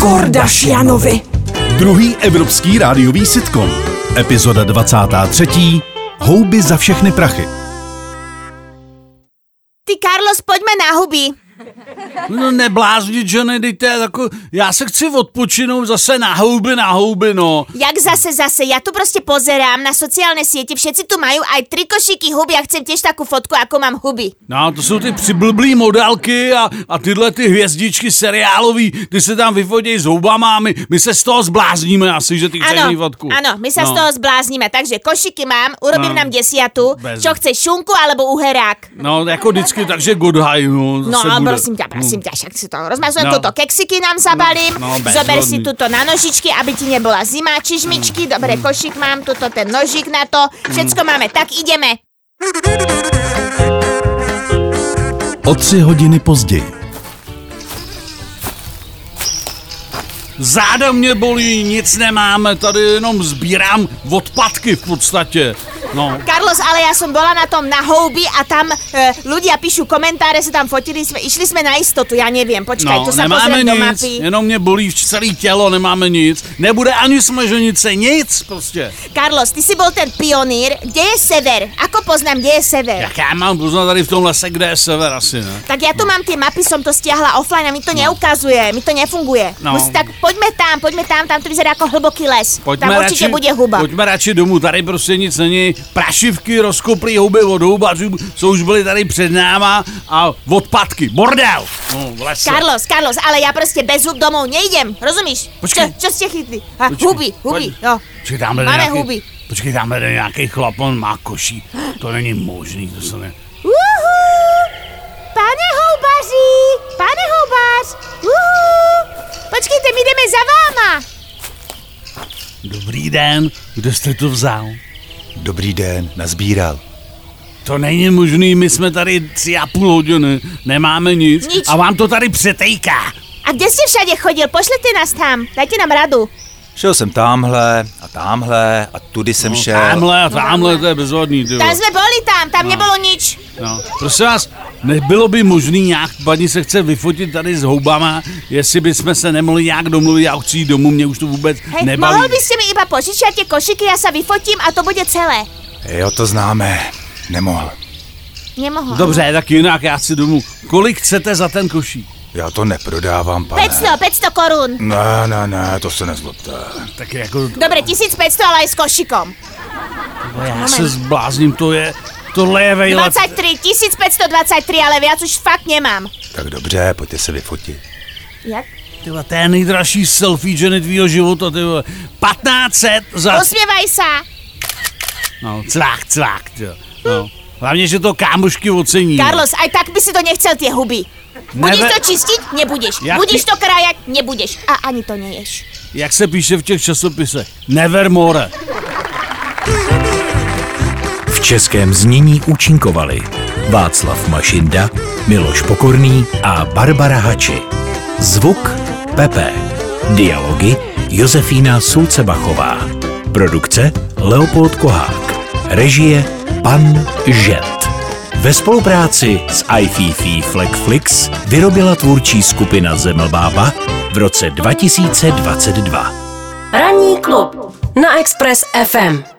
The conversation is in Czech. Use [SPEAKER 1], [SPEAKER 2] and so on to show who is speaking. [SPEAKER 1] Kordašianovi.
[SPEAKER 2] Druhý evropský rádiový sitcom. Epizoda 23. Houby za všechny prachy.
[SPEAKER 3] Ty, Carlos, pojďme na huby.
[SPEAKER 4] No neblázni, Johnny, teď to je jako, já se chci odpočinout zase na houby, na houby, no.
[SPEAKER 3] Jak zase, zase, ja tu proste pozerám na sociálne siete, všetci tu majú aj trikošíky huby a chcem tiež takú fotku, ako mám huby.
[SPEAKER 4] No, to jsou ty přiblblý modálky a, a tyhle ty hvězdičky seriálový, ty se tam vyfodějí s houbama a my, my se z toho zblázníme asi, že ty chceš mít
[SPEAKER 3] Áno,
[SPEAKER 4] fotku.
[SPEAKER 3] áno, my sa no. z toho zbláznime, takže košiky mám, urobím no.
[SPEAKER 4] No.
[SPEAKER 3] nám desiatu,
[SPEAKER 4] Bez-
[SPEAKER 3] čo chce šunku alebo uherák.
[SPEAKER 4] No, jako vždycky, takže good high, no,
[SPEAKER 3] No
[SPEAKER 4] zase
[SPEAKER 3] a
[SPEAKER 4] bude. Hmm.
[SPEAKER 3] prosím ťa, prosím ťa, však si to rozmazujem, no.
[SPEAKER 4] No.
[SPEAKER 3] toto keksiky nám zabalím,
[SPEAKER 4] No, no,
[SPEAKER 3] zober
[SPEAKER 4] bezhodný. Hmm.
[SPEAKER 3] si tuto na nožičky, aby ti nebola zima, čižmičky, dobre, košík mám, tuto ten nožík na to, všetko máme, tak ideme.
[SPEAKER 2] O tři hodiny později.
[SPEAKER 4] Záda mě bolí, nic nemáme, tady jenom sbírám odpadky v podstatě. No,
[SPEAKER 3] Carlos, ale ja som bola na tom na houby a tam e, ľudia píšu komentáre, sa tam fotili sme, išli sme na istotu, ja neviem, počkaj,
[SPEAKER 4] no
[SPEAKER 3] to sa
[SPEAKER 4] nemáme
[SPEAKER 3] pozriem do
[SPEAKER 4] nic,
[SPEAKER 3] mapy.
[SPEAKER 4] jenom mě bolí vš- celé tělo, nemáme nic. Nebude ani smaženice, nic prostě.
[SPEAKER 3] Carlos, ty si bol ten pionír, kde je sever? Ako poznám, kde je sever?
[SPEAKER 4] Jak já mám poznat tady v tom lese, kde je sever asi, ne?
[SPEAKER 3] Tak ja tu mám tie mapy, som to stiahla offline a mi to neukazuje, mi to nefunguje.
[SPEAKER 4] No.
[SPEAKER 3] Musí, tak poďme tam, poďme tam, tam to vyzerá ako hlboký les. tam určite bude huba.
[SPEAKER 4] Pojďme radši domů, tady prostě nic není. Prašivky rozkoplý houby od houbařů, co už byly tady před náma a odpadky. Bordel! No, v lese.
[SPEAKER 3] Carlos, Carlos, ale ja proste bez hub domov nejdem, rozumíš?
[SPEAKER 4] Počkej.
[SPEAKER 3] Čo, čo ste chytli? A,
[SPEAKER 4] Počkej,
[SPEAKER 3] huby, huby, no. jo.
[SPEAKER 4] pojď. Počkej, tamhle jde
[SPEAKER 3] Máme
[SPEAKER 4] nějaký,
[SPEAKER 3] huby.
[SPEAKER 4] Počkej, tamhle jde nějaký chlap, on má koší. To není možný, to se ne...
[SPEAKER 3] Uhu! Pane houbaři! Pane houbař! Uhu! Počkejte, my jdeme za váma!
[SPEAKER 4] Dobrý den, kde jste to vzal?
[SPEAKER 5] Dobrý den, nazbíral.
[SPEAKER 4] To není možný, my jsme tady tři a půl hodiny, nemáme nic,
[SPEAKER 3] Nic.
[SPEAKER 4] a vám to tady přetejká.
[SPEAKER 3] A kde jste všade chodil? Pošlete nás tam, dajte nám radu.
[SPEAKER 5] Šel jsem tamhle a tamhle a tudy jsem
[SPEAKER 4] No,
[SPEAKER 5] šel.
[SPEAKER 4] Tamhle a
[SPEAKER 3] no.
[SPEAKER 4] tamhle, to je bezvadný, ty
[SPEAKER 3] Tam
[SPEAKER 4] vole.
[SPEAKER 3] jsme boli tam, tam nebylo nič.
[SPEAKER 4] No, prosím vás, nebylo by možný nějak, paní se chce vyfotit tady s houbama, jestli bychom se nemohli nějak domluvit, já chci jít domů, mě už to vůbec
[SPEAKER 3] Hej,
[SPEAKER 4] nebaví.
[SPEAKER 3] mohl byste mi iba požičat ty košiky, já se vyfotím a to bude celé.
[SPEAKER 5] Jo, to známe. Nemohl.
[SPEAKER 3] Nemohl.
[SPEAKER 4] Dobře, tak jinak, já chci domů. Kolik chcete za ten košík?
[SPEAKER 5] Já to neprodávám, pane.
[SPEAKER 3] 500, 500 korun.
[SPEAKER 5] Ne, ne, ne, to se nezlobte.
[SPEAKER 4] Tak jako,
[SPEAKER 3] Dobre, 1500, ale aj s košikom.
[SPEAKER 4] já se zblázním, to je, tohle je vejlet.
[SPEAKER 3] 23, 1523, ale viac už fakt nemám.
[SPEAKER 5] Tak dobře, pojďte se vyfotit.
[SPEAKER 3] Jak?
[SPEAKER 4] Ty vole, to je nejdražší selfie ženy tvýho života, ty vole. 1500 za...
[SPEAKER 3] Usmievaj sa.
[SPEAKER 4] No, cvák, cvák, ty. vole. No. Hlavně, že to kámošky ocení.
[SPEAKER 3] Carlos, aj tak by si to nechcel tie huby. Budeš to čistiť? Nebudeš.
[SPEAKER 4] Ja-
[SPEAKER 3] Budeš to krajať? Nebudeš. A ani to neješ.
[SPEAKER 4] Jak se píše v těch časopisech? Nevermore.
[SPEAKER 6] V českém znění účinkovali Václav Mašinda, Miloš Pokorný a Barbara Hači. Zvuk Pepe. Dialogy Josefína Sulcebachová. Produkce Leopold Kohák. Režie Pan Žet. Ve spolupráci s iFiFi Flexflix vyrobila tvůrčí skupina Zemlbába v roce 2022.
[SPEAKER 7] Ranní klub na Express FM.